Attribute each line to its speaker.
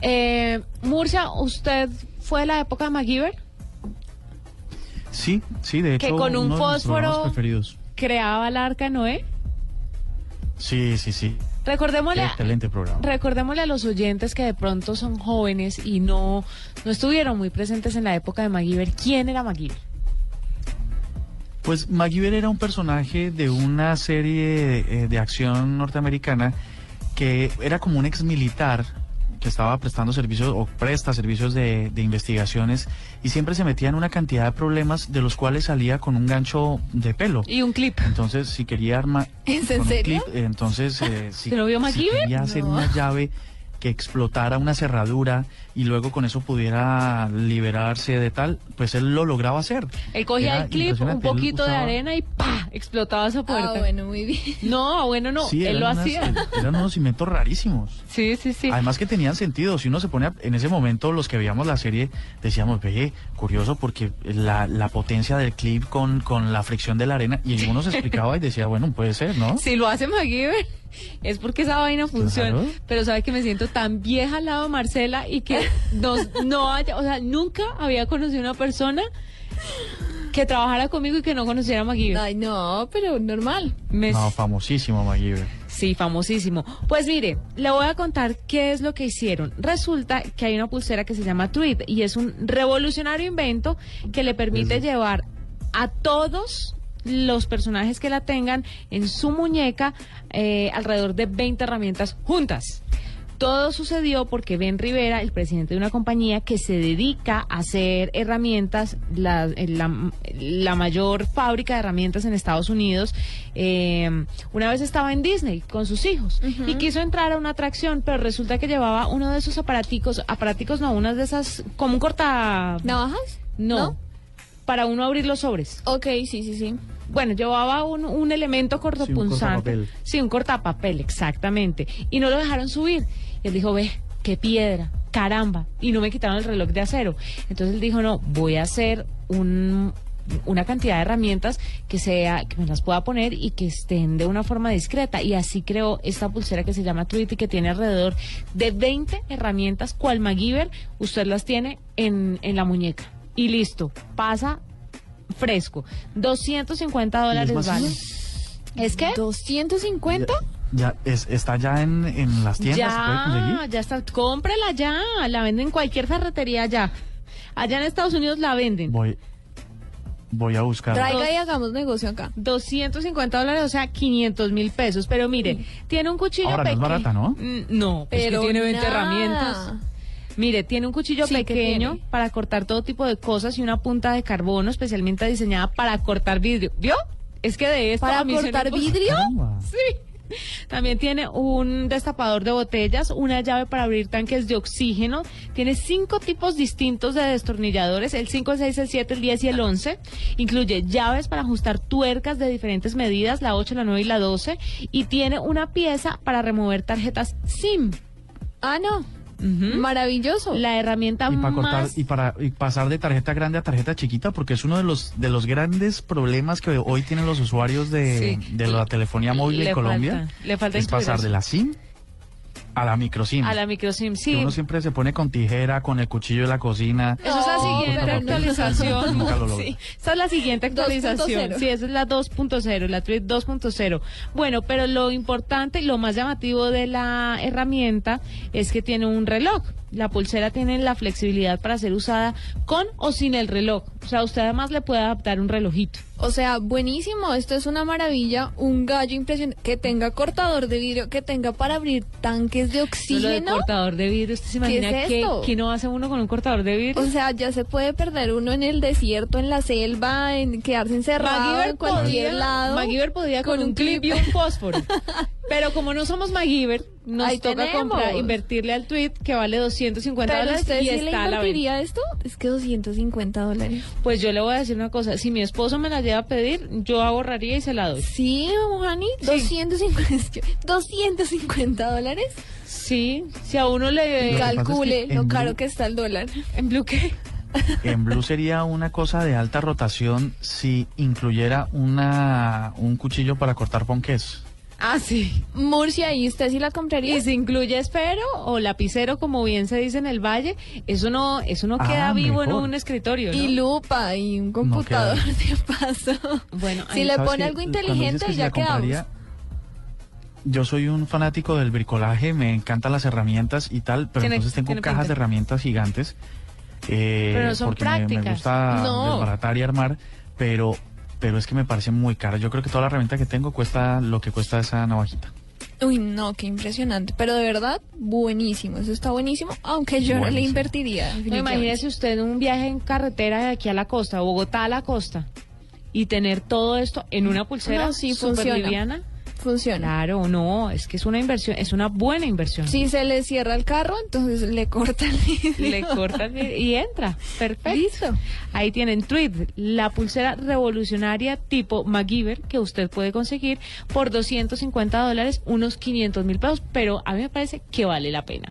Speaker 1: Eh, Murcia, ¿usted fue de la época de MacGyver?
Speaker 2: Sí, sí, de hecho.
Speaker 1: Que con un
Speaker 2: uno de mis programas
Speaker 1: fósforo-
Speaker 2: preferidos.
Speaker 1: Creaba el arca de Noé.
Speaker 2: Sí, sí, sí. Qué
Speaker 1: Recordémosle,
Speaker 2: excelente programa.
Speaker 1: recordémosle a los oyentes que de pronto son jóvenes y no, no estuvieron muy presentes en la época de MacGyver. ¿Quién era MacGyver?
Speaker 2: Pues MacGyver era un personaje de una serie eh, de, acción norteamericana que era como un ex militar que estaba prestando servicios o presta servicios de, de investigaciones y siempre se metía en una cantidad de problemas de los cuales salía con un gancho de pelo.
Speaker 1: Y un clip.
Speaker 2: Entonces, si quería armar.
Speaker 3: ¿Es en
Speaker 2: con un
Speaker 3: serio?
Speaker 2: clip, eh, entonces, eh, si,
Speaker 1: ¿Te lo vio
Speaker 2: si
Speaker 1: MacGyver?
Speaker 2: quería hacer
Speaker 3: No.
Speaker 2: una llave que explotara una cerradura y luego con eso pudiera liberarse de tal, pues él lo lograba hacer.
Speaker 1: Él cogía
Speaker 2: Era
Speaker 1: el clip, un
Speaker 2: impresionante, él
Speaker 1: poquito de
Speaker 2: usaba-
Speaker 1: arena y ¡pa! explotaba esa puerta.
Speaker 3: Ah, bueno, muy bien.
Speaker 1: No, ah, bueno, no,
Speaker 2: Sí,
Speaker 1: él
Speaker 2: eran
Speaker 1: lo
Speaker 2: unas- Ah,
Speaker 1: hacía.
Speaker 2: eh, eran unos inventos rarísimos.
Speaker 1: Sí, sí, sí.
Speaker 2: Además que tenían sentido. Si uno se pone a- en ese momento, los que veíamos la serie, decíamos, ve, curioso, porque la, la potencia del clip con, con la fricción de la arena, y uno se explicaba y decía, bueno, puede ser, ¿no?
Speaker 1: Si lo hace MacGyver, es porque esa vaina funciona.
Speaker 2: Claro.
Speaker 1: Pero sabe que me siento tan vieja al lado de Marcela y que nos- no haya, o sea, nunca había conocido una persona que trabajara conmigo y que no conociera a MacGyver.
Speaker 3: Ay, no, pero normal.
Speaker 1: Me-
Speaker 2: No, famosísimo MacGyver.
Speaker 1: Sí, famosísimo. Pues mire, le voy a contar qué es lo que hicieron. Resulta que hay una pulsera que se llama Tweet y es un revolucionario invento que le permite
Speaker 2: Eso.
Speaker 1: llevar a todos los personajes que la tengan en su muñeca eh, alrededor de 20 herramientas juntas. Todo sucedió porque Ben Rivera, el presidente de una compañía que se dedica a hacer herramientas, la, eh, la- la mayor fábrica de herramientas en Estados Unidos, eh, una vez estaba en Disney con sus hijos y quiso entrar a una atracción, pero resulta que llevaba uno de esos aparaticos, aparaticos no, unas de esas, como un corta...
Speaker 3: ¿Navajas?
Speaker 1: no, para uno abrir los sobres.
Speaker 3: Ok, sí, sí, sí.
Speaker 1: Bueno, llevaba un, un elemento cortopunzante.
Speaker 2: cortapapel.
Speaker 1: Sí, un cortapapel, exactamente. Y no lo dejaron subir. Y él dijo, ve, qué piedra, caramba. Y no me quitaron el reloj de acero. Entonces él dijo, no, voy a hacer un- una cantidad de herramientas que sea que me las pueda poner y que estén de una forma discreta y así creó esta pulsera que se llama Tweety que tiene alrededor de 20 herramientas cual MacGyver usted las tiene en, en la muñeca y listo pasa fresco 250
Speaker 2: ¿Y
Speaker 1: dólares
Speaker 2: es más
Speaker 1: vale
Speaker 2: fácil?
Speaker 1: ¿Es que?
Speaker 3: ¿250?
Speaker 2: Ya, es- está ya en, en las tiendas, se puede
Speaker 1: Ya,
Speaker 2: conseguir.
Speaker 1: ya está. Cómprela ya. La venden en cualquier ferretería ya. Allá en Estados Unidos la venden.
Speaker 2: Voy, voy a buscar.
Speaker 3: Traiga y hagamos negocio acá.
Speaker 1: 250 dólares, o sea, 500 mil pesos. Pero mire, tiene un cuchillo
Speaker 2: Ahora, no es
Speaker 1: pequeño.
Speaker 2: barata, ¿no?
Speaker 1: No, pero
Speaker 3: Pero
Speaker 1: tiene 20
Speaker 3: nada.
Speaker 1: herramientas. Mire, tiene un cuchillo
Speaker 3: Sí, ¿qué
Speaker 1: pequeño
Speaker 3: tiene?
Speaker 1: para cortar todo tipo de cosas y una punta de carbono especialmente diseñada para cortar vidrio. ¿Vio? Es que de esto
Speaker 3: ¿Para
Speaker 1: a mí se me
Speaker 3: cortar
Speaker 1: ocurre-
Speaker 3: vidrio?
Speaker 2: Caramba.
Speaker 1: Sí. También tiene un destapador de botellas, una llave para abrir tanques de oxígeno. Tiene cinco tipos distintos de destornilladores, el 5, el 6, el 7, el 10 y el 11. Incluye llaves para ajustar tuercas de diferentes medidas, la 8, la 9 y la 12. Y tiene una pieza para remover tarjetas SIM.
Speaker 3: Ah, no.
Speaker 1: Ujú.
Speaker 3: Maravilloso.
Speaker 1: ¿Mm? La herramienta
Speaker 2: y para cortar
Speaker 1: más...
Speaker 2: y para y pasar de tarjeta grande a tarjeta chiquita porque es uno de los de los grandes problemas que hoy tienen los usuarios de,
Speaker 1: Sí.
Speaker 2: de la telefonía móvil
Speaker 1: Le
Speaker 2: en Colombia
Speaker 1: falta- le falta
Speaker 2: es
Speaker 1: incluir
Speaker 2: pasar
Speaker 1: eso.
Speaker 2: de la SIM a la micro SIM
Speaker 1: A la microSIM,
Speaker 2: Que
Speaker 1: sí.
Speaker 2: uno siempre se pone con tijera con el cuchillo de la cocina
Speaker 1: Eso es la
Speaker 3: No,
Speaker 1: siguiente
Speaker 3: pero no.
Speaker 1: actualización.
Speaker 2: Nunca lo logró.
Speaker 1: Sí, esa es la siguiente actualización.
Speaker 3: 2.0.
Speaker 1: Sí, esa es la 2.0, la Tweet 2.0. Bueno, pero lo importante y lo más llamativo de la herramienta es que tiene un reloj. La pulsera tiene la flexibilidad para ser usada con o sin el reloj. O sea, usted además le puede adaptar un relojito.
Speaker 3: O sea, buenísimo, esto es una maravilla, un gallo impresionante, que tenga cortador de vidrio, que tenga para abrir tanques de
Speaker 1: Sí, lo del
Speaker 3: oxígeno.
Speaker 1: cortador de vidrio, ¿usted se
Speaker 3: ¿Qué
Speaker 1: imagina
Speaker 3: es
Speaker 1: qué,
Speaker 3: esto?
Speaker 1: qué no hace uno con un cortador de vidrio?
Speaker 3: O sea, ya se puede perder uno en el desierto, en la selva, en quedarse encerrado
Speaker 1: MacGyver
Speaker 3: en cualquier
Speaker 1: podía-
Speaker 3: lado.
Speaker 1: MacGyver podía con, un clip y un fósforo. Pero como no somos MacGyver, nos
Speaker 3: Ahí
Speaker 1: toca
Speaker 3: tenemos.
Speaker 1: comprar, invertirle al tweet que vale 250
Speaker 3: ¿Pero
Speaker 1: dólares
Speaker 3: usted
Speaker 1: y
Speaker 3: sí le
Speaker 1: está a la venta.
Speaker 3: invertiría esto? Es que 250 dólares.
Speaker 1: Pues yo le voy a decir una cosa, si mi esposo me la lleva a pedir, yo ahorraría y se la doy.
Speaker 3: Sí, Mojani,
Speaker 1: Sí.
Speaker 3: 250, es que 250 dólares.
Speaker 1: Sí, si a uno le...
Speaker 2: Lo que pasa es que
Speaker 3: Calcule
Speaker 2: en
Speaker 3: lo
Speaker 2: Blue-
Speaker 3: caro que está el dólar.
Speaker 1: ¿En blue qué?
Speaker 2: en blue sería una cosa de alta rotación si incluyera una un cuchillo para cortar ponques
Speaker 1: Ah, sí.
Speaker 3: Murcia, ahí usted sí la compraría.
Speaker 1: Y se incluye espero o lapicero, como bien se dice en el valle. Eso no, eso no
Speaker 2: Ah,
Speaker 1: queda vivo en
Speaker 2: mejor.
Speaker 1: un escritorio. ¿no?
Speaker 3: Y lupa y un computador
Speaker 2: queda.
Speaker 3: de paso.
Speaker 1: Bueno,
Speaker 3: Si
Speaker 1: ahí-
Speaker 3: le
Speaker 2: ¿Sabes
Speaker 3: pone
Speaker 2: qué?
Speaker 3: algo
Speaker 2: Cuando dices
Speaker 3: inteligente
Speaker 2: que
Speaker 3: y
Speaker 2: si
Speaker 3: ya
Speaker 2: la
Speaker 3: quedamos.
Speaker 2: compraría, Yo soy un fanático del bricolaje, me encantan las herramientas y tal, pero
Speaker 1: Tiene-
Speaker 2: entonces tengo
Speaker 1: tiene
Speaker 2: cajas
Speaker 1: pinta.
Speaker 2: de herramientas gigantes. eh,
Speaker 1: Pero no son
Speaker 2: porque me- Me,
Speaker 1: prácticas.
Speaker 2: gusta
Speaker 3: No.
Speaker 2: desbaratar y armar, pero, pero es que me parece muy caro. Yo creo que toda la herramienta que tengo cuesta lo que cuesta esa navajita.
Speaker 3: Uy, no, qué impresionante. Pero de verdad, buenísimo. Eso está buenísimo, aunque yo no le
Speaker 2: Buenísimo.
Speaker 3: invertiría.
Speaker 1: no, imagínese usted un viaje en carretera de aquí a la costa, Bogotá a la costa, y tener todo esto en una pulsera
Speaker 3: No, sí,
Speaker 1: súper
Speaker 3: funciona.
Speaker 1: liviana.
Speaker 3: Funciona.
Speaker 1: Claro, no, es que es una inversión, es una buena inversión.
Speaker 3: Si se le cierra el carro, entonces le cortan.
Speaker 1: Le cortan y entra. Perfecto.
Speaker 3: Listo.
Speaker 1: Ahí tienen Tweet, la pulsera revolucionaria tipo MacGyver que usted puede conseguir por 250 dólares, unos 500 mil pesos, pero a mí me parece que vale la pena.